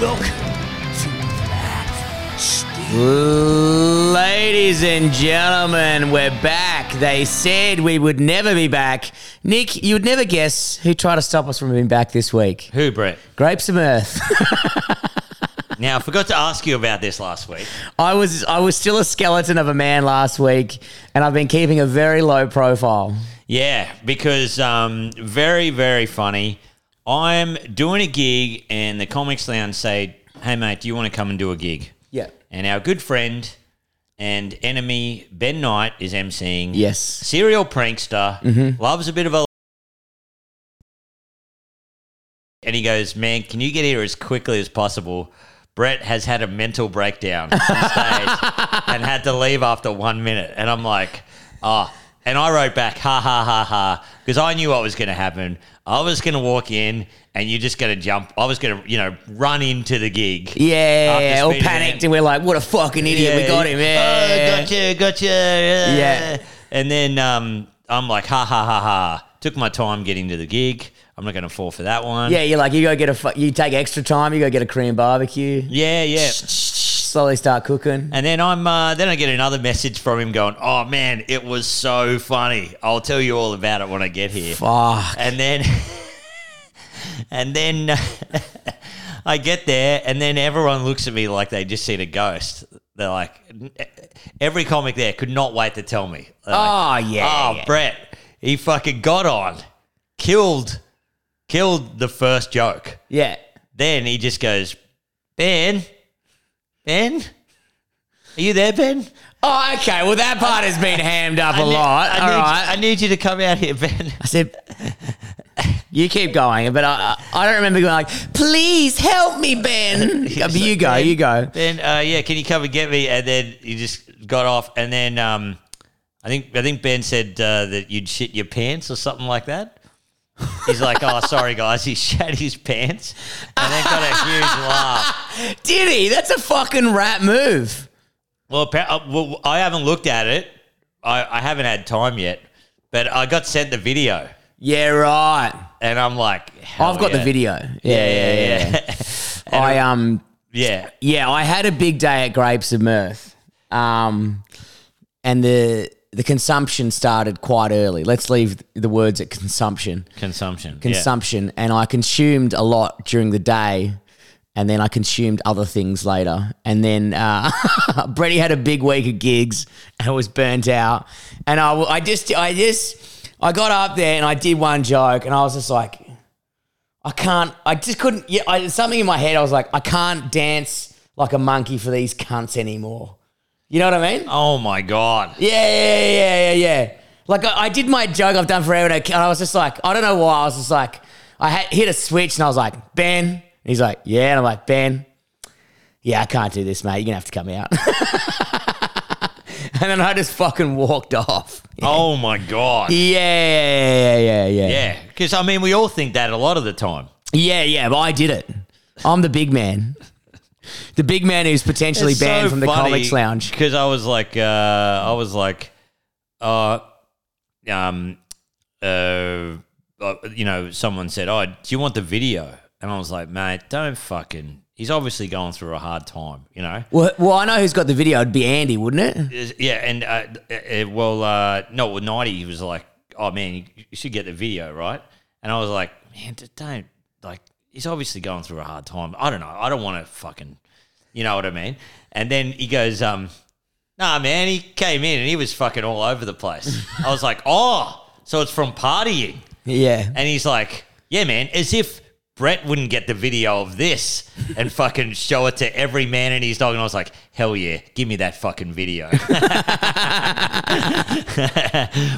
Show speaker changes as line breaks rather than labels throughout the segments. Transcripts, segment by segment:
Welcome to that Steve.
Ladies and gentlemen, we're back. They said we would never be back. Nick, you would never guess who tried to stop us from being back this week.
Who, Brett?
Grapes of Earth.
Now, I forgot to ask you about this last week.
I was I was still a skeleton of a man last week, and I've been keeping a very low profile.
Yeah, because um, very, very funny. I'm doing a gig, and the Comics Lounge say, Hey, mate, do you want to come and do a gig?
Yeah.
And our good friend and enemy, Ben Knight, is emceeing.
Yes.
Serial prankster, loves a bit of a. And he goes, Man, can you get here as quickly as possible? Brett has had a mental breakdown on stage and had to leave after one minute. And I'm like, Oh. And I wrote back, ha ha ha ha, because I knew what was going to happen. I was going to walk in and you're just going to jump. I was going to, you know, run into the gig.
Yeah,
After
all
speeding
panicked,
in.
and we're like, "What a fucking idiot! we got him!" Yeah.
Oh, gotcha, gotcha. Yeah.
Yeah.
And then um, I'm like, ha ha ha ha. Took my time getting to the gig. I'm not going to fall for that one.
Yeah, you're like, you go get a, fu- you take extra time, you go get a Korean barbecue,
Yeah, yeah.
slowly start cooking.
And then I'm, uh, then I get another message from him going, "Oh man, it was so funny. I'll tell you all about it when I get here."
Fuck.
And then, and then I get there, and then everyone looks at me like they just seen a ghost. They're like, every comic there could not wait to tell me. They're like,
Oh yeah.
Oh, Brett, he fucking got on, killed, killed the first joke.
yeah.
Then he just goes, Ben, Ben, are you there, Ben?
Oh, okay. Well, that part has been hammed up a
I need-
lot.
I
All
need,
right.
I need you to come out here, Ben.
I said, you keep going, but I, I I don't remember going like, please help me, Ben. But you go, you go.
Then, uh, yeah, can you come and get me? And then he just got off. And then um, I think I think Ben said uh, that you'd shit your pants or something like that. He's like, oh, sorry, guys. He shat his pants and then got a huge laugh.
Did he? That's a fucking rat move.
Well, appa- uh, well, I haven't looked at it. I, I haven't had time yet, but I got sent the video,
Yeah, right.
and I'm like, hell
I've got
yeah.
the video. Oh, Yeah, yeah, yeah. I um,
yeah,
yeah, I had a big day at Grapes of Mirth, um, and the the consumption started quite early. Let's leave the words at consumption.
consumption,
consumption and I consumed a lot during the day and then I consumed other things later. And then uh, Brady had a big week of gigs and I was burnt out. And I, w- I just, I just, I got up there and I did one joke and I was just like, I can't, I just couldn't, yeah, I, something in my head, I was like, I can't dance like a monkey for these cunts anymore. You know what I mean?
Yeah. Oh my god,
Yeah, yeah, yeah, yeah, yeah. yeah. Like I, I did my joke I've done forever, and I- and I was just like, I don't know why. I was just like, I had, hit a switch, and I was like, Ben. And he's like, Yeah, and I'm like, Ben. Yeah, I can't do this, mate. You're gonna have to come out. and then I just fucking walked off.
oh my god,
Yeah, yeah, yeah, yeah, yeah,
yeah. Because I mean, we all think that a lot of the time.
yeah, yeah. But I did it. I'm the big man. The big man who's potentially banned from the comics lounge.
because I was like, uh, I was like, uh, um, uh, uh, you know, someone said, "Oh, do you want the video?" And I was like, "Mate, don't fucking." He's obviously going through a hard time, you know.
Well, well, I know who's got the video. It'd be Andy, wouldn't it?
Is- Yeah, and uh, uh, uh, well, uh, no, well, ninety. He was like, "Oh man, you, you should get the video, right?" And I was like, "Man, d- don't like." He's obviously going through a hard time. I don't know. I don't want to fucking, you know what I mean. And then he goes, um, "Nah, man." He came in and he was fucking all over the place. I was like, "Oh, so it's from partying."
Yeah.
And he's like, yeah, man, as if Brett wouldn't get the video of this and fucking show it to every man and his dog. And I was like, hell yeah, give me that fucking video.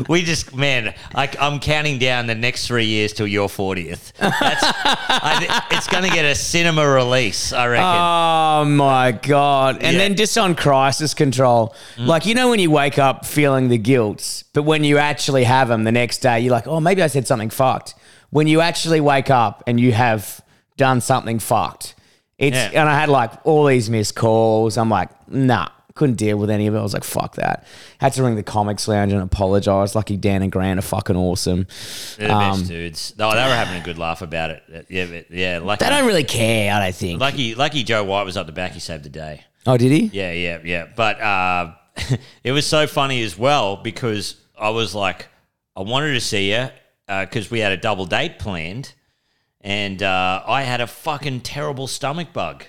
we just, man, I, I'm counting down the next three years till your 40th. That's, I, thi- it's going to get a cinema release, I reckon.
Oh my god! And
Yeah. Mm.
then just on crisis control, like you know when you wake up feeling the guilt, but when you actually have them the next day, you're like, oh, maybe I said something fucked. When you actually wake up and you have done something fucked, it's
Yeah.
and I had like all these missed calls. I'm like, nah, couldn't deal with any of it. I was like, fuck that. Had to ring the comics lounge and apologize. Lucky Dan and Grant are fucking awesome.
They're the best dudes. No, they were having a good laugh about it. Yeah, but yeah. Lucky,
They don't really care, I don't think.
lucky, lucky. Joe White was up the back. He saved the day.
oh, did he?
Yeah, yeah, yeah. But uh, it was so funny as well because I was like, I wanted to see you because we had a double date planned, and uh, I had a fucking terrible stomach bug.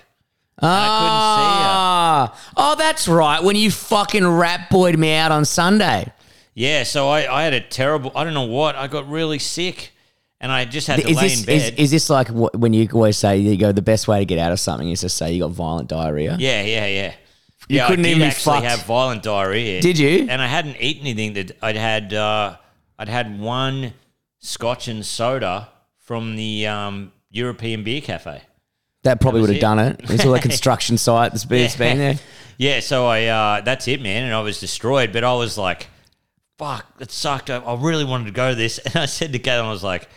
And I
Ah, oh, that's right. When you fucking rap boyed me out on Sunday.
couldn't see you. Yeah, so I, I had a terrible. I don't know what. I got really sick, and I just had to
Is
lay
this,
in
is,
bed.
is this like wh- when you always say, you go, the best way to get out of something is to say you got violent diarrhea?
yeah, yeah, yeah.
You
yeah, I
couldn't
did
even be
actually
fucked.
have violent diarrhea.
Did you?
And I hadn't eaten anything. That I'd had. Uh, I'd had one scotch and soda from the um, European beer cafe.
That probably would have
it.
done it. It's all a construction site that's been, it's been there.
Yeah, so I uh, that's it, man. And I was destroyed, but I was like, "Fuck, that sucked." I, I really wanted to go to this, and I said to Caitlin, "I was like,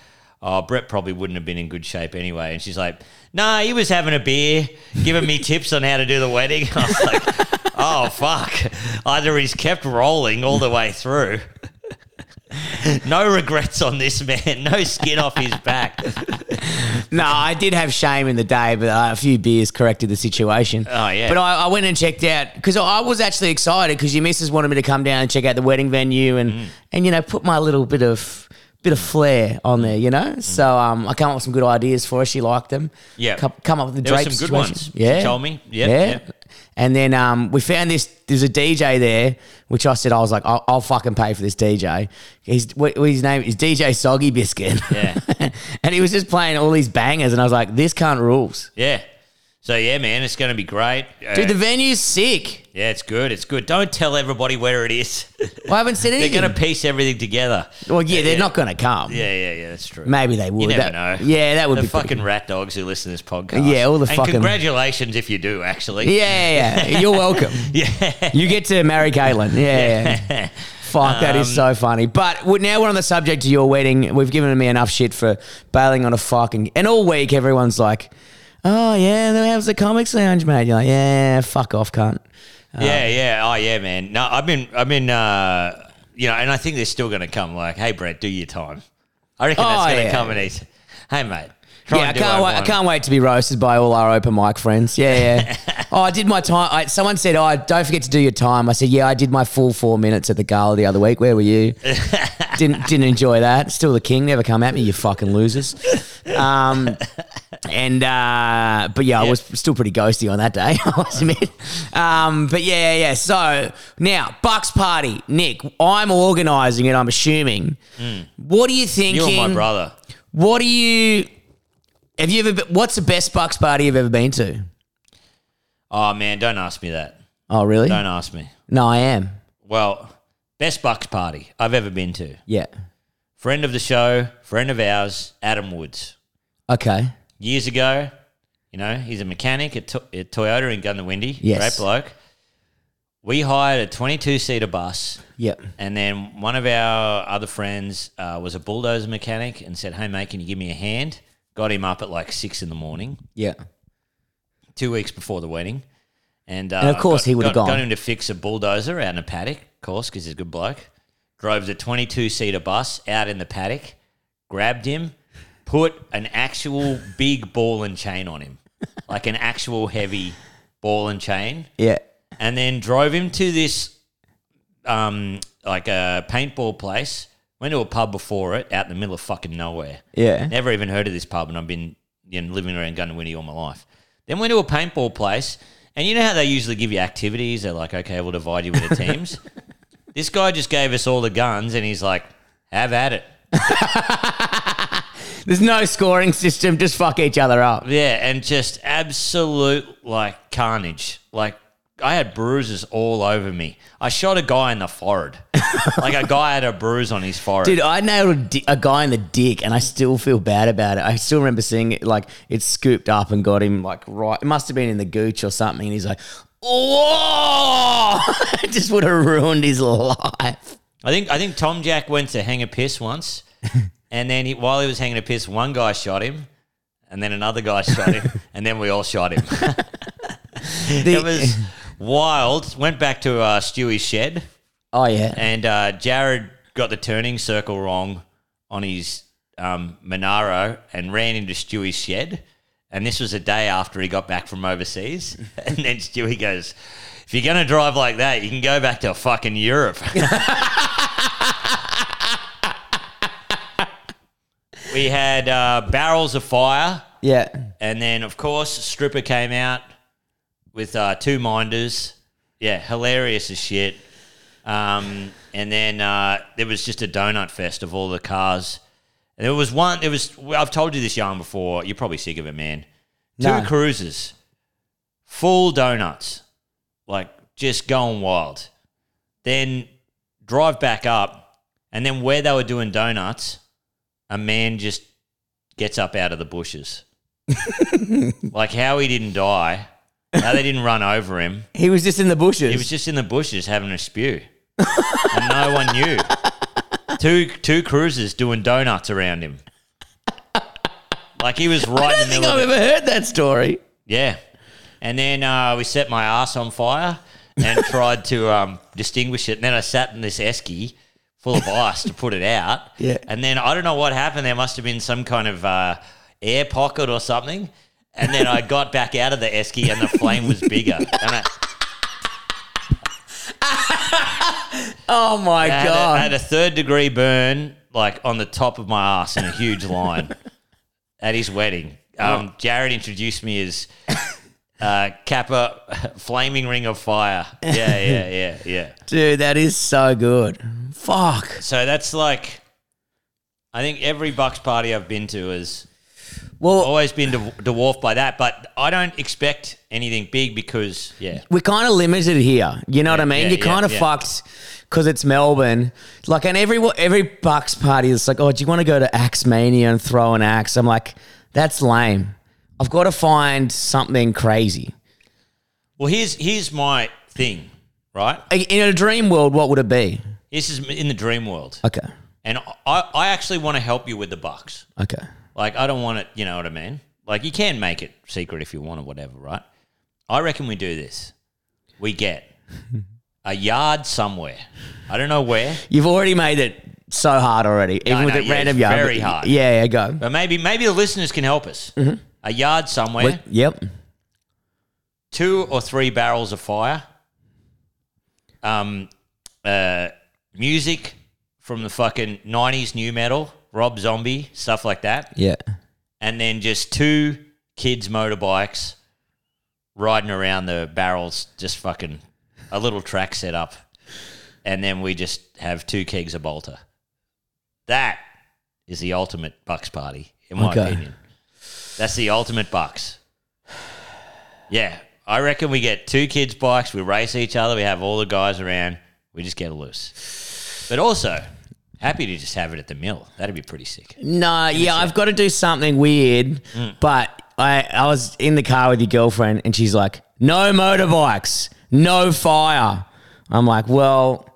oh, Brett probably wouldn't have been in good shape anyway." And she's like, "Nah, he was having a beer, giving me tips on how to do the wedding." I was like, "Oh fuck!" Either he's kept rolling all the way through. no regrets on this man. No skin off his back.
No, I did have shame in the day, but uh, a few beers corrected the situation.
Oh, yeah.
But I, I went and checked out because I was actually excited because your missus wanted me to come down and check out the wedding venue and
Mm.
and you know put my little bit of bit of flair on there, you know. So um, I come up with some good ideas for her. She liked them.
Mm. Yeah.
come, come up with the
There were
Drake
some good
situation.
ones.
Yeah,
She told me. Yep,
yeah.
yep.
And then um, we found this. There's a DJ there, which I said I was like, I'll, I'll fucking pay for this DJ. His what, what his name is DJ Soggy Biscuit.
Yeah.
and he was just playing all these bangers, and I was like, "This cunt rules,
Yeah. So yeah, man, it's gonna be great.
dude. The venue's sick.
Yeah, it's good. It's good. Don't tell everybody where it is.
I haven't said
they're
anything.
going to piece everything together.
well, yeah, they're not gonna come.
Yeah, yeah, yeah. That's true.
Maybe they would.
You never
That-
know.
Yeah, that would
the
be pretty-
fucking rat dogs who listen to this podcast.
Yeah, all the
and
fucking-
congratulations if you do actually.
Yeah, yeah, yeah. You're welcome.
Yeah.
You get to marry Caitlin. Yeah. yeah. Fuck, that is so funny. But we- now we're on the subject of your wedding. We've given me enough shit for bailing on a fucking. And all week, everyone's like, oh, yeah, that was the Comics Lounge, mate. You're like, yeah, fuck off, cunt.
yeah, yeah. Oh yeah, man. No, I've been, I've been, uh, you know, and I think they're still going to come. Like, hey, Brett, do your time. I reckon
Oh,
that's going to
yeah.
come and he's, hey, mate. Try
yeah,
and
I
do
can't, wait, I
one.
can't wait to be roasted by all our open mic friends. Yeah, yeah. oh, I did my time. I, someone said, oh, don't forget to do your time. I said, yeah, I did my full four minutes at the gala the other week. Where were you? didn't didn't enjoy that. Still the king. Never come at me, you fucking losers. Um, and uh, but yeah, I was still pretty ghosty on that day. I must admit. Um, but yeah, yeah, yeah. So now Bucks party, Nick. I'm organising it. I'm assuming. What are you
You
thinking?
and my brother.
What do you? Have you ever? Been, what's the best Bucks party you've ever been to?
Oh man, don't ask me that.
Oh, really?
Don't ask me.
No, I am.
Well, best bucks party I've ever been to.
Yeah.
Friend of the show, friend of ours, Adam Woods.
Okay.
Years ago, you know, he's a mechanic at, to- at Toyota in Gundawindi.
Yes.
Great bloke. We hired a 22 seater bus,
Yep.
and then one of our other friends uh, was a bulldozer mechanic and said, Hey, mate, can you give me a hand? Got him up at like six in the morning,
Yeah.
two weeks before the wedding. And, uh,
And of course
got-
he would've
got-
gone.
Got him to fix a bulldozer out in a paddock, of course, because he's a good bloke. Drove the 22 seater bus out in the paddock, grabbed him, put an actual big ball and chain on him, like an actual heavy ball and chain,
Yeah.
and then drove him to this, um, like a paintball place. Went to a pub before it, out in the middle of fucking nowhere.
Yeah.
Never even heard of this pub, and I've been you know, living around Gundawindi all my life. Then went to a paintball place, and you know how they usually give you activities? They're like, okay, we'll divide you into teams. this guy just gave us all the guns, and he's like, have at it.
There's no scoring system. Just fuck each other up.
Yeah, and just absolute like carnage. Like I had bruises all over me. I shot a guy in the forehead. like a guy had a bruise on his forehead.
Dude, I nailed a, di- a guy in the dick, and I still feel bad about it. I still remember seeing it like it scooped up and got him like right. It must have been in the gooch or something. And he's like, "Whoa!" it just would have ruined his life.
I think I think Tom Jack went to hang a piss once, and then he, while he was hanging a piss, one guy shot him, and then another guy shot him, and then we all shot him.
The-
it was Wild went back to uh, Stewie's shed,
Oh yeah.
and uh, Jared got the turning circle wrong on his um, Monaro and ran into Stewie's shed. And this was a day after he got back from overseas. And then Stewie goes, "If you're gonna drive like that, you can go back to fucking Europe." we had uh, barrels of fire.
Yeah.
And then, of course, Stripper came out with uh, two minders. Yeah, hilarious as shit. Um, and then uh, there was just a donut fest of all the cars. And there was one, there was, well, I've told you this yarn before. You're probably sick of it, man.
No.
Two cruisers, full donuts, like just going wild. Then drive back up. And then where they were doing donuts, a man just gets up out of the bushes. like how he didn't die, how they didn't run over him.
He was just in the bushes.
He was just in the bushes having a spew, and no one knew. Two two cruisers doing donuts around him. Like he was right
I don't
in the
think
middle.
I've
Of it.
ever heard that story.
Yeah, and then uh, we set my ass on fire and tried to um, distinguish it. And then I sat in this esky full of ice to put it out.
Yeah.
And then I don't know what happened. There must have been some kind of uh, air pocket or something. And then I got back out of the esky and the flame was bigger. And I,
Oh my
I had, a,
god.
I had a third degree burn like on the top of my ass in a huge line at his wedding. Um, Jared introduced me as uh, Kappa Flaming Ring of Fire. Yeah, yeah, yeah, yeah.
Dude, that is so good. Fuck.
So that's like, I think every Bucks party I've been to has
Well,
always been de- dwarfed by that, but I don't expect anything big because, yeah.
we're kind of limited here. You know what I mean?
yeah,
You're
yeah,
kind of
yeah.
fucked because it's Melbourne. Like, and every every Bucks party is like, oh, do you want to go to Axe Mania and throw an axe? I'm like, that's lame. I've got to find something crazy.
Well, here's here's my thing, right?
I- In a dream world, what would it be?
This is in the dream world,
Okay,
and I, I actually want to help you with the Bucks.
okay,
Like, I don't want it, you know what I mean? Like, you can make it secret if you want or whatever, right? I reckon we do this. We get a yard somewhere. I don't know where,
you've already made it so hard already. Even
I
with
know,
it
yeah,
random,
it's
yeah,
very
but-
hard.
Yeah, yeah, go.
but maybe maybe the listeners can help us. A yard somewhere,
Wait, Yep.
two or three barrels of fire, um, uh, music from the fucking 90s new metal, Rob Zombie, stuff like that.
Yeah.
and then just two kids motorbikes riding around the barrels just fucking a little track set up and then we just have two kegs of bolter that is the ultimate bucks party in my
Okay.
opinion that's the ultimate bucks yeah i reckon we get two kids bikes we race each other we have all the guys around we just get loose but also happy to just have it at the mill that'd be pretty sick
No, yeah, I've got to do something weird.
Mm.
But I, I was in the car with your girlfriend, and she's like, "No motorbikes, no fire." I'm like, "Well,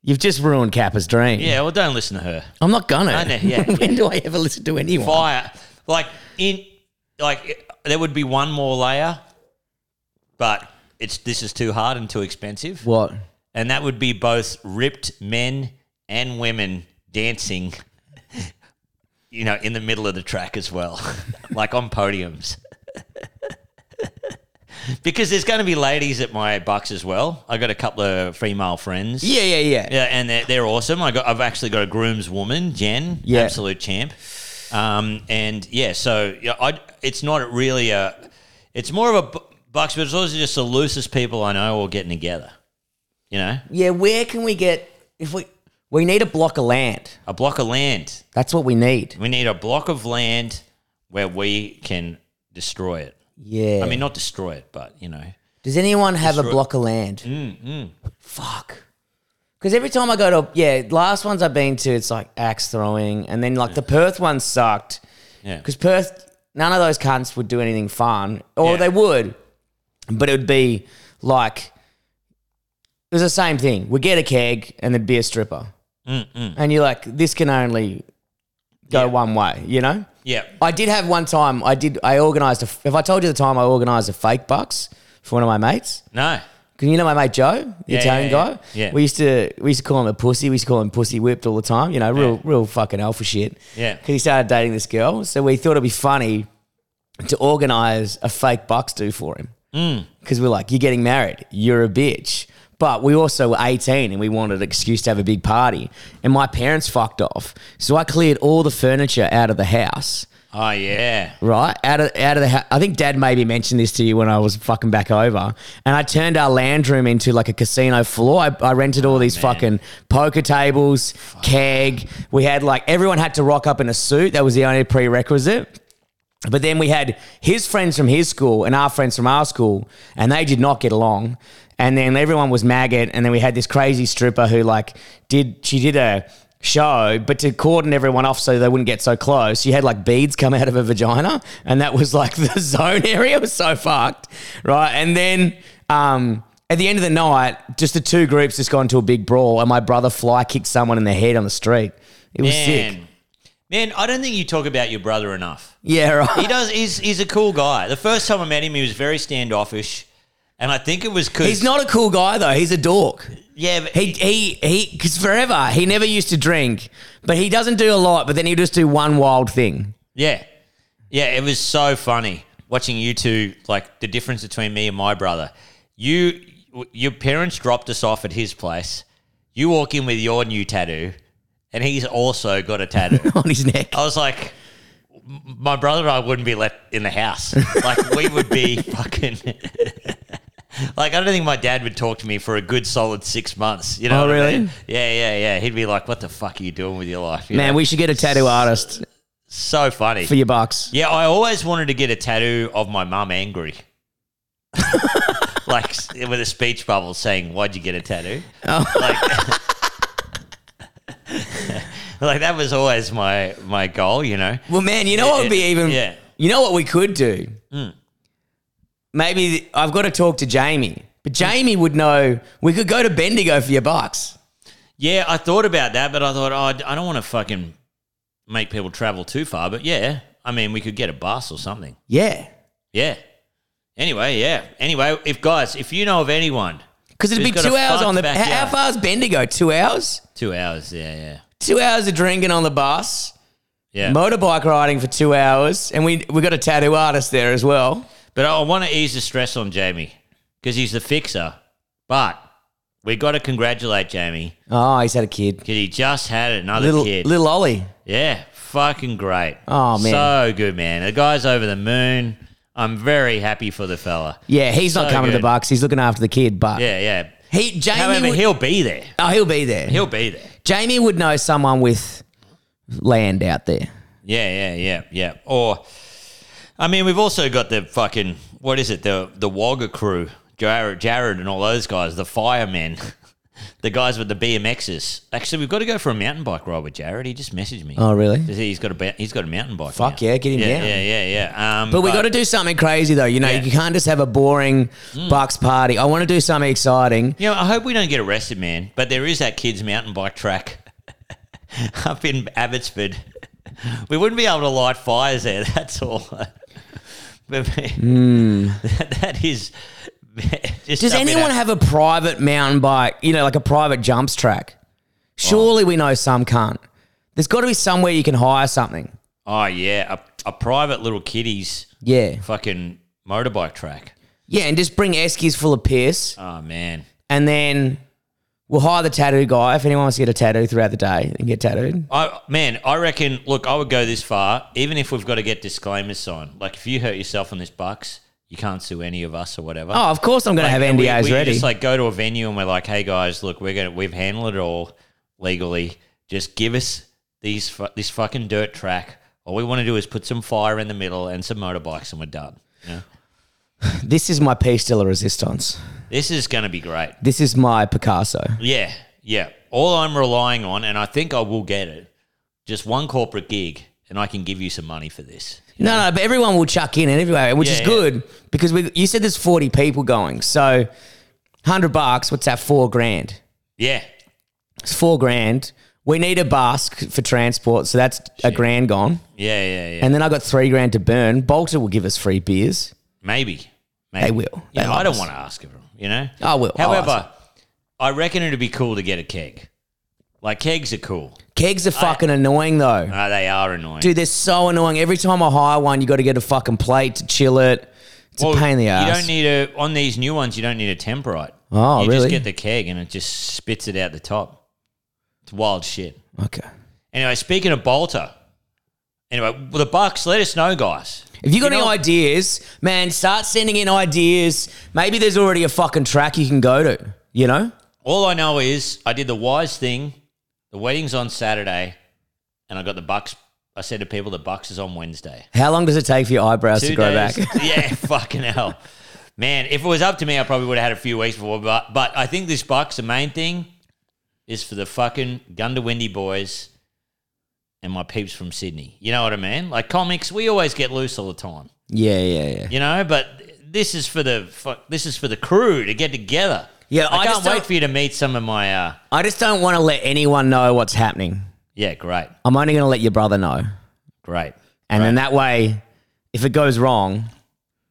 you've just ruined Kappa's dream."
yeah well don't listen to her
I'm not gonna.
know, yeah,
when do I ever listen to anyone?
fire. Like in, like it- there would be one more layer, but it's this is too hard and too expensive,
What?
and that would be both ripped men and women dancing. You know, in the middle of the track as well, like on podiums. because there's going to be ladies at my bucks as well. I got a couple of female friends.
Yeah, yeah, yeah.
Yeah, and they're, they're awesome. I got, I've actually got a groom's woman, Jen,
Yeah.
absolute champ. Um, and yeah, so yeah, I, it's not really a, it's more of a bu- bucks, but it's also just the loosest people I know all getting together. You know,
Yeah, where can we get if we we need a block of land?
a block of land.
That's what we need.
We need a block of land where we can destroy it.
Yeah.
I mean, not destroy it, but you know,
Does anyone have a block of land? Mm, mm. Fuck. Because every time I go to yeah, last ones I've been to, it's like axe throwing, and then like the Perth one sucked
yeah.
because Perth none of those cunts would do anything fun, or
Yeah.
they would, but it would be like it was the same thing. We get a keg and there'd be a stripper, mm and you're like, this can only go
Yeah.
one way, you know.
yeah,
I did have one time. I did. I organised. a f If I told you the time I organised a fake bucks for one of my mates,
no,
Because you know my mate Joe, the
Yeah,
Italian
yeah, yeah.
guy.
Yeah.
We used to we used to call him a pussy. We used to call him pussy whipped all the time. You know, real real fucking alpha shit.
Yeah.
Because he started dating this girl, so we thought it'd be funny to organize a fake bucks do for him.
Mm.
Because we're like, you're getting married, you're a bitch. But we also were 18 and we wanted an excuse to have a big party. And my parents fucked off, so I cleared all the furniture out of the house
Oh yeah.
right? Out of out of the house. I think Dad maybe mentioned this to you when I was fucking back over, and I turned our land room into like a casino floor. I, I rented all these fucking poker tables, keg. We had like everyone had to rock up in a suit. That was the only prerequisite. But then we had his friends from his school and our friends from our school, and they did not get along. And then everyone was maggot. And then we had this crazy stripper who, like, did she did a show, but to cordon everyone off so they wouldn't get so close, she had like beads come out of her vagina, and that was like the zone area It was so fucked, right? And then, um, at the end of the night, just the two groups just got into a big brawl, and my brother fly kicked someone in the head on the street. It was sick.
Man. Man, I don't think you talk about your brother enough.
Yeah,
He
right.
does. He's he's a cool guy. The first time I met him, he was very standoffish, and I think it was because
He's not a cool guy though. He's a dork.
Yeah, but
He he he because forever he never used to drink, but he doesn't do a lot. But then he'll just do one wild thing.
Yeah. Yeah, it was so funny watching you two, like the difference between me and my brother. You your parents dropped us off at his place. You walk in with your new tattoo, and he's also got a tattoo.
on his neck.
I was like, m- my brother and I wouldn't be let in the house. Like we would be fucking. like I don't think my dad would talk to me for a good solid six months. You know?
Oh,
what I
really?
mean? Yeah, yeah, yeah. He'd be like, "What the fuck are you doing with your life?" You
Man,
know?
we should get a tattoo artist
so funny.
for your bucks.
Yeah, I always wanted to get a tattoo of my mum angry. like s- with a speech bubble saying, Why'd you get a tattoo?
Oh.
Like, like that was always my my goal, you know.
Well, man, you know what would be even.
Yeah. Hmm.
You know what we could do. Maybe th- I've got to talk to Jamie, but Jamie would know. We could go to Bendigo for your bucks.
Yeah, I thought about that, but I thought, oh, I d- I don't want to fucking make people travel too far. But yeah, I mean, we could get a bus or something.
Yeah,
Yeah. Anyway, yeah. Anyway, if guys, if you know of anyone,
because it'd
Who's
be
got a
two hours
fucked
on the. h- How
backyard?
far is Bendigo? Two hours.
two hours. Yeah, yeah,
Two hours of drinking on the bus.
yeah.
Motorbike riding for two hours, and we we got a tattoo artist there as well.
But I want to ease the stress on Jamie because he's the fixer. But we got to congratulate Jamie
Oh, he's had a kid.
because he just had another
little
kid.
little Ollie.
yeah, fucking great.
Oh, man.
so good, man. The guy's over the moon. I'm very happy for the fella.
Yeah, he's not
So
coming to the
good.
Bucks. He's looking after the kid, but
Yeah, yeah.
he Jamie.
However,
would,
he'll be there.
oh, he'll be there.
He'll be there.
Jamie would know someone with land out there.
Yeah, yeah, yeah, yeah. Or, I mean, we've also got the fucking what is it? The the Wagga crew, Jared, Jared, and all those guys, the firemen, the guys with the BMXs. Actually, we've got to go for a mountain bike ride with Jared. He just messaged me.
Oh, really?
He- He's got a ba- he's got a mountain bike.
Fuck
now.
yeah, get him
yeah,
down.
Yeah, yeah, yeah. Um,
But we got to do something crazy though. You know,
Yeah. Hmm.
you can't just have a boring Bucks party. I want to do something exciting.
You know, I hope we don't get arrested, man. But there is that kids' mountain bike track up in Abbotsford. We wouldn't be able to light fires there. That's all. but man, that, that is. Just
Does
something
anyone
that-
have a private mountain bike? You know, like a private jumps track.
Oh.
Surely we know some can't. There's got to be somewhere you can hire something.
Oh yeah, a, a private little kiddie's
Yeah.
fucking motorbike track.
Yeah, and just bring Eskies full of piss,
Oh man,
and then we'll hire the tattoo guy. If anyone wants to get a tattoo throughout the day and get tattooed,
I man, I reckon. Look, I would go this far, even if we've got to get disclaimers signed. Like, if you hurt yourself on this bucks, you can't sue any of us or whatever.
oh, of course I'm going to
Like,
have
we-
NDAs
we,
ready.
Just like go to a venue and we're like, hey guys, look, we're gonna we've handled it all legally. Just give us these fu- this fucking dirt track. All we want to do is put some fire in the middle and some motorbikes, and we're done. You know?
this is my piece de la resistance.
This is gonna be great.
This is my Picasso.
Yeah, yeah. All I'm relying on, and I think I will get it, just one corporate gig, and I can give you some money for this.
No, no, but everyone will chuck in anyway, which
Yeah,
is
yeah.
good because we, you said there's 40 people going. So 100 bucks, what's that? Four grand.
Yeah,
It's four grand. We need a bus c- for transport. So that's a grand gone.
yeah, yeah, yeah.
And then I got three grand to burn. Bolter will give us free beers.
maybe, Maybe.
They will. They
You know,
love
I don't
us.
want to ask of them. You know.
Oh, I will. I'll
However, I reckon it'd be cool to get a keg. Like kegs are cool.
Kegs are fucking annoying though.
Uh, they are annoying.
Dude, they're so annoying. Every time I hire one, you got to get a fucking plate to chill it. It's
Well,
a pain in the ass.
You don't need a on these new ones. You don't need a temperite.
Oh,
you
really?
just get the keg and it just spits it out the top. It's wild shit.
okay.
Anyway, speaking of Bolter, anyway, well, the Bucks. Let us know, guys.
If you got
You
any
know-
ideas, man, start sending in ideas. Maybe there's already a fucking track you can go to. You know?
All I know is I did the wise thing. The wedding's on Saturday, and I got the Bucks. I said to people, the Bucks is on Wednesday.
How long does it take for your eyebrows to
Two
grow
days.
back?
yeah, fucking hell. Man, if it was up to me, I probably would have had a few weeks before. But, but I think this Bucks, the main thing is for the fucking Gundawindi boys and my peeps from Sydney. You know what I mean? Like comics, we always get loose all the time,
yeah, yeah, yeah.
you know? But this is for the fuck, this is for the crew to get together.
Yeah,
I,
I
can't
just
wait
don't-
for you to meet some of my. Uh,
I just don't want to let anyone know what's happening.
yeah, great,
I'm only going to let your brother know. And
great.
then that way, if it goes wrong,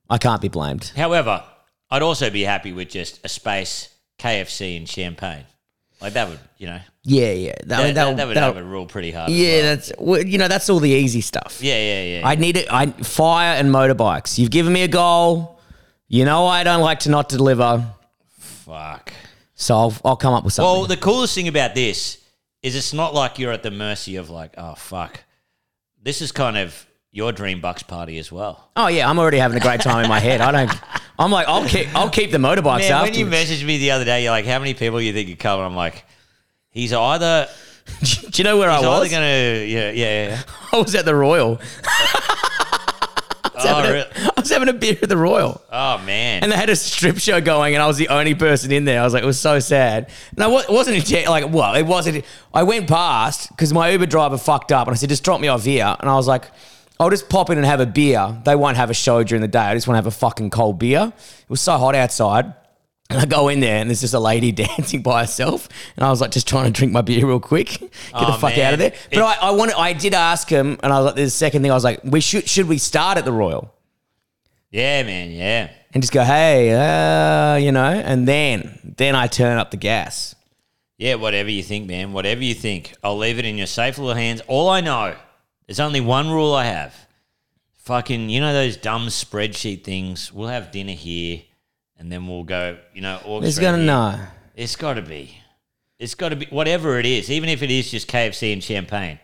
I can't be blamed.
However, I'd also be happy with just a space, KFC, and champagne. Like that would, you know,
Yeah, yeah. That,
that,
that'll-
that, would
that'll-
have a rule pretty hard. as
yeah,
well.
that's well, you know that's all the easy stuff.
yeah, yeah, yeah.
I need it. I fire and motorbikes. You've given me a goal. You know I don't like to not deliver,
Fuck.
so I'll, I'll come up with something.
Well, the coolest thing about this is it's not like you're at the mercy of like, oh fuck. This is kind of your dream bucks party as well.
oh yeah, I'm already having a great time in my head. I don't. I'm like I'll keep I'll keep the motorbikes
Man, when
after.
you messaged me the other day, you're like, how many people you think are coming? I'm like, he's either
Do you know where I
he's either
was?
gonna yeah yeah. yeah.
I was at the Royal.
oh, really?
I was having a beer at the Royal,
oh man.
and they had a strip show going, and I was the only person in there. I was like, it was so sad. No, it wa- wasn't intent- like well, it wasn't. I went past because my Uber driver fucked up, and I said, just drop me off here, and I was like. I'll just pop in and have a beer. They won't have a show during the day. I just want to have a fucking cold beer. It was so hot outside. And I go in there and there's just a lady dancing by herself. And I was like, just trying to drink my beer real quick, get the
Aw,
fuck out of
man.
there. But I, I wanted, I did ask him, and I was like, there's a second thing. I was like, we should, should we start at the Royal
yeah, man, yeah.
and just go, hey, uh, you know? And then, then I turn up the gas.
Yeah, whatever you think, man. Whatever you think. I'll leave it in your safe little hands. All I know, there's only one rule I have. Fucking, you know those dumb spreadsheet things. We'll have dinner here, and then we'll go. You know, orchestrate
He's gonna
here.
know.
It's got to be. It's got to be whatever it is. Even if it is just KFC and champagne,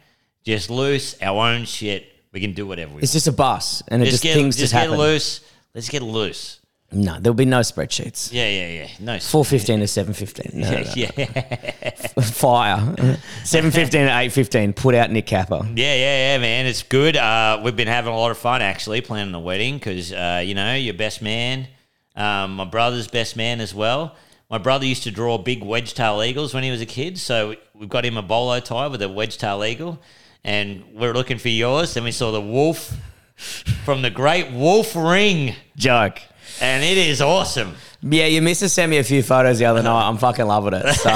just loose our own shit. We can do whatever we.
It's
want.
just a bus, and it just,
Just get,
things
just,
just,
get
happen.
loose. Let's get loose.
No, there'll be no spreadsheeets.
Yeah, yeah, yeah. No.
Four fifteen to seven fifteen. No, no, no.
yeah, yeah,
Fire. Seven fifteen to eight fifteen. Put out Nick Capper.
Yeah, yeah, yeah, man. It's good. Uh, we've been having a lot of fun actually planning the wedding because, uh, you know, your best man, um, my brother's best man as well. My brother used to draw big wedge tail eagles when he was a kid. So we've got him a bolo tie with a wedge tail eagle. And we're looking for yours. Then we saw the wolf from the Great Wolf Ring.
Joke.
And it is awesome.
Yeah, your missus sent me a few photos the other night. I'm fucking loving it. So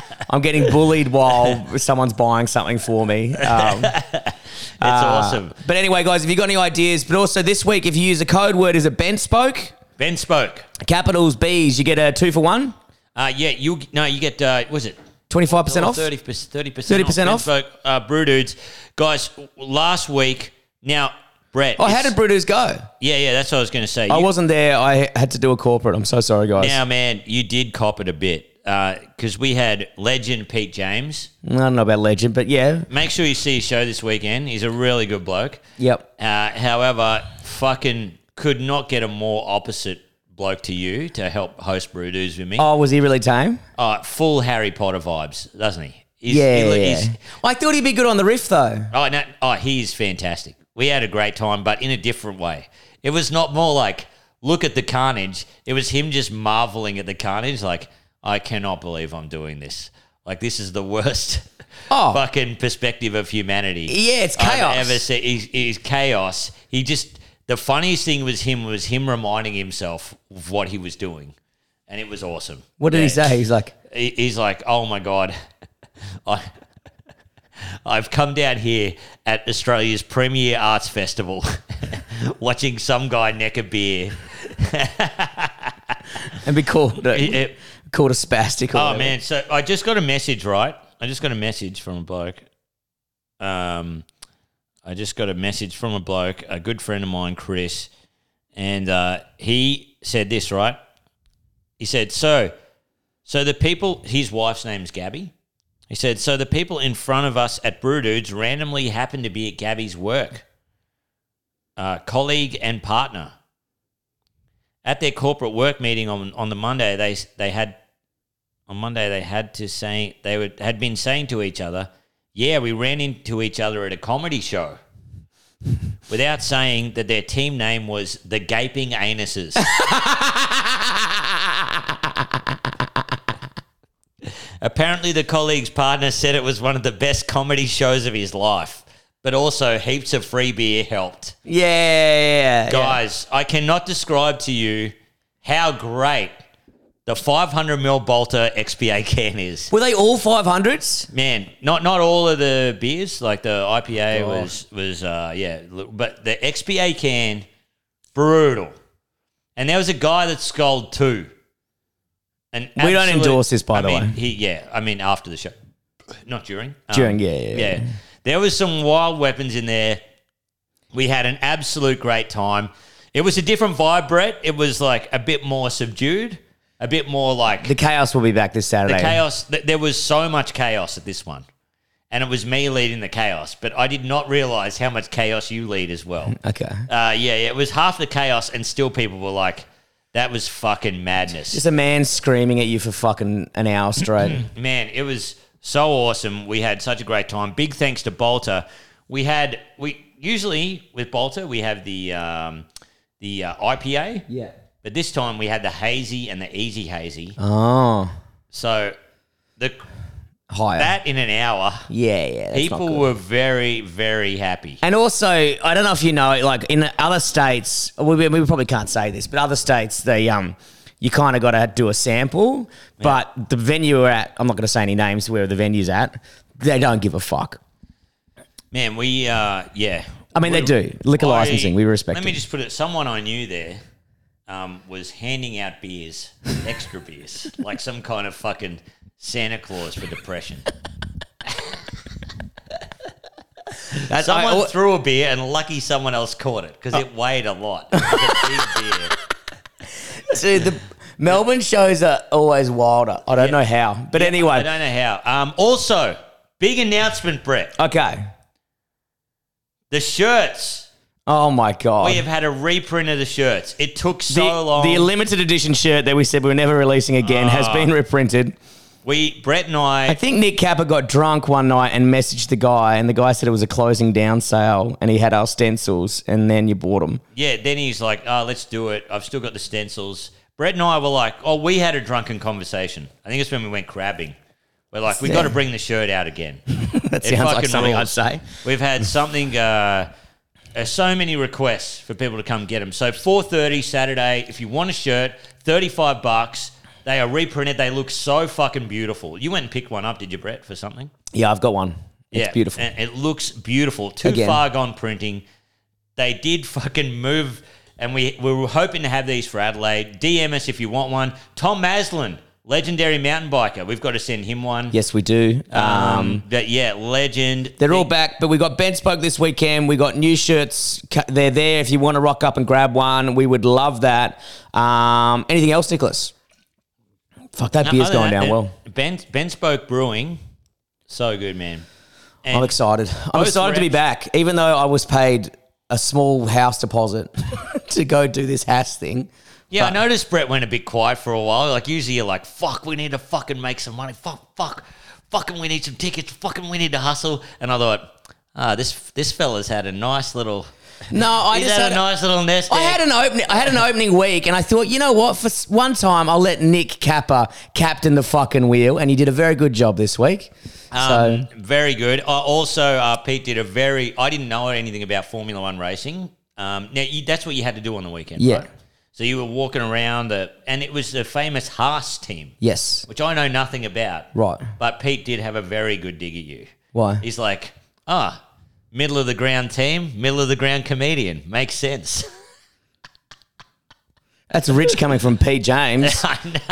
I'm getting bullied while someone's buying something for me. Um,
It's awesome.
but anyway, guys, if you got any ideas, but also this week, if you use a code word, is it Ben Spoke?
Ben spoke.
Capitals B's, you get a two for one,
Uh, yeah, you no, you get uh, was it
25% off.
30 percent
30% off.
Folk, uh, brew dudes, guys. Last week, now Brett.
Oh, how
it's-
did Brutus go?
yeah, yeah. That's what I was going to say.
I
You-
wasn't there. I had to do a corporate. I'm so sorry, guys.
now, man, you did cop it a bit because we had legend Pete James.
I don't know about legend, but yeah.
Make sure you see his show this weekend. He's a really good bloke.
Yep.
Uh, however, fucking could not get a more opposite bloke to you to help host brew dudes with me.
Oh, was he really tame?
Uh, full Harry Potter vibes, doesn't he? He's-
yeah.
he-
yeah.
he's-
I thought he'd be good on the riff, though.
Oh no! Oh, he's fantastic. We had a great time, but in a different way. It was not more like look at the carnage. It was him just marveling at the carnage, like I cannot believe I'm doing this. Like this is the worst
Oh.
fucking perspective of humanity.
Yeah, it's chaos.
I've ever seen. He's, he's chaos. He just the funniest thing was him was him reminding himself of what he was doing, and it was awesome.
What did he
Yeah.
say? He's like,
He- he's like, oh my god, I, I've come down here at Australia's premier arts festival, watching some guy neck a beer
and be called a,
It- it-
called a spastic. Or
Oh
whatever.
man, so I just got a message, right? I just got a message from a bloke. Um, I just got a message from a bloke, a good friend of mine, Chris, and uh, he said this, right? He said, "So, so the people, his wife's name's Gabby." He said, "So the people in front of us at Brew Dudes randomly happened to be at Gabby's work, uh, colleague and partner." At their corporate work meeting on, on the Monday, they they had on Monday they had to say they would, had been saying to each other, "Yeah, we ran into each other at a comedy show," without saying that their team name was the Gaping Anuses. Apparently, the colleague's partner said it was one of the best comedy shows of his life, but also heaps of free beer helped.
Yeah, yeah, yeah, yeah.
Guys, I cannot describe to you how great the 500 ml Bolter XPA can is.
Were they all five hundreds?
Man, not not all of the beers, like the IPA
Oh.
was was uh yeah, l- but the XPA can brutal. And there was a guy that sculled two. And
We don't endorse this, by the way.
He, yeah, I mean after the show, not during. Um,
During, yeah, yeah, yeah.
yeah. There was some wild weapons in there. We had an absolute great time. It was a different vibe, Brett. It was like a bit more subdued, a bit more like
The chaos will be back this Saturday.
the chaos. Th- there was so much chaos at this one, and it was me leading the chaos. But I did not realize how much chaos you lead as well.
Okay.
Uh, yeah, yeah, it was half the chaos, and still people were like, "That was fucking madness,
Just a man screaming at you for fucking an hour straight.
man." It was so awesome. We had such a great time. Big thanks to Bolter. We had we usually with Bolter we have the um, the uh, IPA,
yeah.
but this time we had the hazy and the easy hazy.
Oh,
So the
higher.
that in an hour.
yeah, yeah. that's not
People
good.
were very, very happy.
And also, I don't know if you know, like in other states, we, we probably can't say this, but other states, they um, you kind of got to do a sample. But the venue we're at, I'm not going to say any names where the venue's at. They don't give a fuck.
Man, we, uh, yeah.
I mean, they
We-
do liquor
I-
licensing. We respect
Let me
it.
just put it someone I knew there um, was handing out beers, extra beers, like some kind of fucking Santa Claus for depression.
That's- I-
Someone
oh,
threw a beer and lucky someone else caught it because it weighed a lot. It was a big beer.
dude, the Melbourne shows are always wilder. I don't know how, but
I
anyway,
don't know how. Um, also, big announcement,
Oh.
Brett.
okay.
The shirts.
Oh my god.
We have had a reprint of the shirts. It took
the,
so long.
the limited edition shirt that we said we were never releasing again
Ah.
has been reprinted.
we Brett and I.
I think Nick Capper got drunk one night and messaged the guy, and the guy said it was a closing down sale, and he had our stencils, and then you bought them.
Yeah, then he's like, oh, let's do it. I've still got the stencils. Brett and I were like, oh, we had a drunken conversation. I think it's when we went crabbing. We're like, we
Yeah.
got to bring the shirt out again.
That
It
sounds like
fucking
something
rules.
I'd say.
We've had something, uh, uh, so many requests for people to come get them. So 4.30 Saturday, if you want a shirt, 35 bucks. They are reprinted. They look so fucking beautiful. You went and picked one up, did you, Brett, for something?
Yeah, I've got one. It's
Yeah,
beautiful.
and it looks beautiful. Too
Again.
far gone printing. They did fucking move, and we, we were hoping to have these for Adelaide. DM us if you want one. Tom Maslin, legendary mountain biker. We've got to send him one.
yes, we do. Um,
Um, but yeah, legend.
they're all back, but we got Ben Spoke this weekend. We got new shirts. Cu- They're there if you want to rock up and grab one. We would love that. Um, anything else, Nicholas? Fuck, that beer's
Other
going
than that,
down well.
Ben Ben spoke brewing, so good, man. And
I'm excited. I'm
Both
excited to be
reps-
back, even though I was paid a small house deposit to go do this Hass thing.
Yeah, I
But-
noticed Brett went a bit quiet for a while. Like usually you're like, fuck, we need to fucking make some money. Fuck, fuck, fucking we need some tickets. Fucking we need to hustle. And I thought, ah, this this fella's had a nice little.
No, I
He's
just
had
had
a nice little nest.
I
egg.
had an opening. I had an opening week, and I thought, you know what? For s- one time, I'll let Nick Kappa captain the fucking wheel, and he did a very good job this week. so
Um, very good. Uh, also, uh, Pete did a very. I didn't know anything about Formula One racing. Um, now you, that's what you had to do on the weekend,
Yeah.
right? So you were walking around, the, and it was the famous Haas team.
yes,
which I know nothing about.
Right.
But Pete did have a very good dig at you.
Why?
He's like, ah, middle of the ground team, middle of the ground comedian. Makes sense.
That's rich coming from Pete James,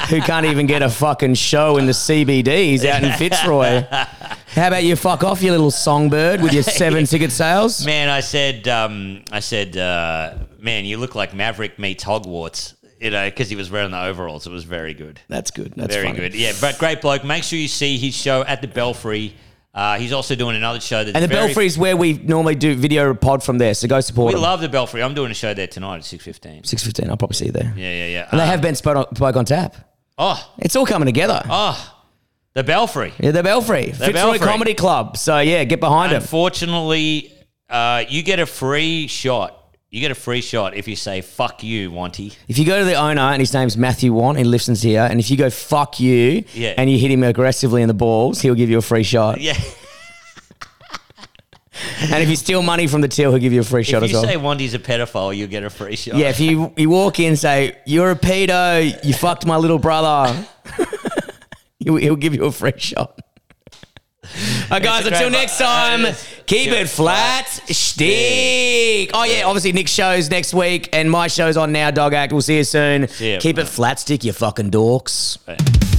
who can't even get a fucking show in the CBD. He's out in Fitzroy. How about you fuck off, you little songbird, with your seven ticket sales?
Man, I said, um, I said, uh, man, you look like Maverick meets Hogwarts, you know, because he was wearing the overalls. It was very good.
That's good. That's
Very
funny.
good. Yeah, but great bloke. Make sure you see his show at the Belfry. Uh, he's also doing another show. That's
And the
very-
Belfry is where we normally do video pod from there, so go support
We
them.
love the Belfry. I'm doing a show there tonight at 6.15.
Six fifteen. I'll probably see you there.
Yeah, yeah, yeah.
And they
Uh,
have been spoke on, spoke on tap.
oh,
It's all coming together.
oh, the Belfry.
Yeah, the Belfry, Fitzroy
Belfry.
Comedy Club. So yeah, get behind them.
Unfortunately, uh, you get a free shot. You get a free shot if you say "fuck you, Monty."
If you go to the owner and his name's Matthew Want, he listens here, and if you go fuck you
Yeah.
and you hit him aggressively in the balls, he'll give you a free shot.
Yeah.
And if you steal money from the till, he'll give you a free shot
if
as
you
well.
say Monty's a pedophile, you get a free shot.
yeah, if you you walk in, say you're a pedo, you fucked my little brother, he'll, he'll give you a free shot. All right, guys,
a great
until
one.
next time,
Uh,
keep
yeah.
it flat, stick. Oh, yeah, obviously Nick's show's next week, and my show's on now, Dog Act. We'll see you soon.
ya,
keep
mate.
it flat, stick, you fucking dorks.
Right.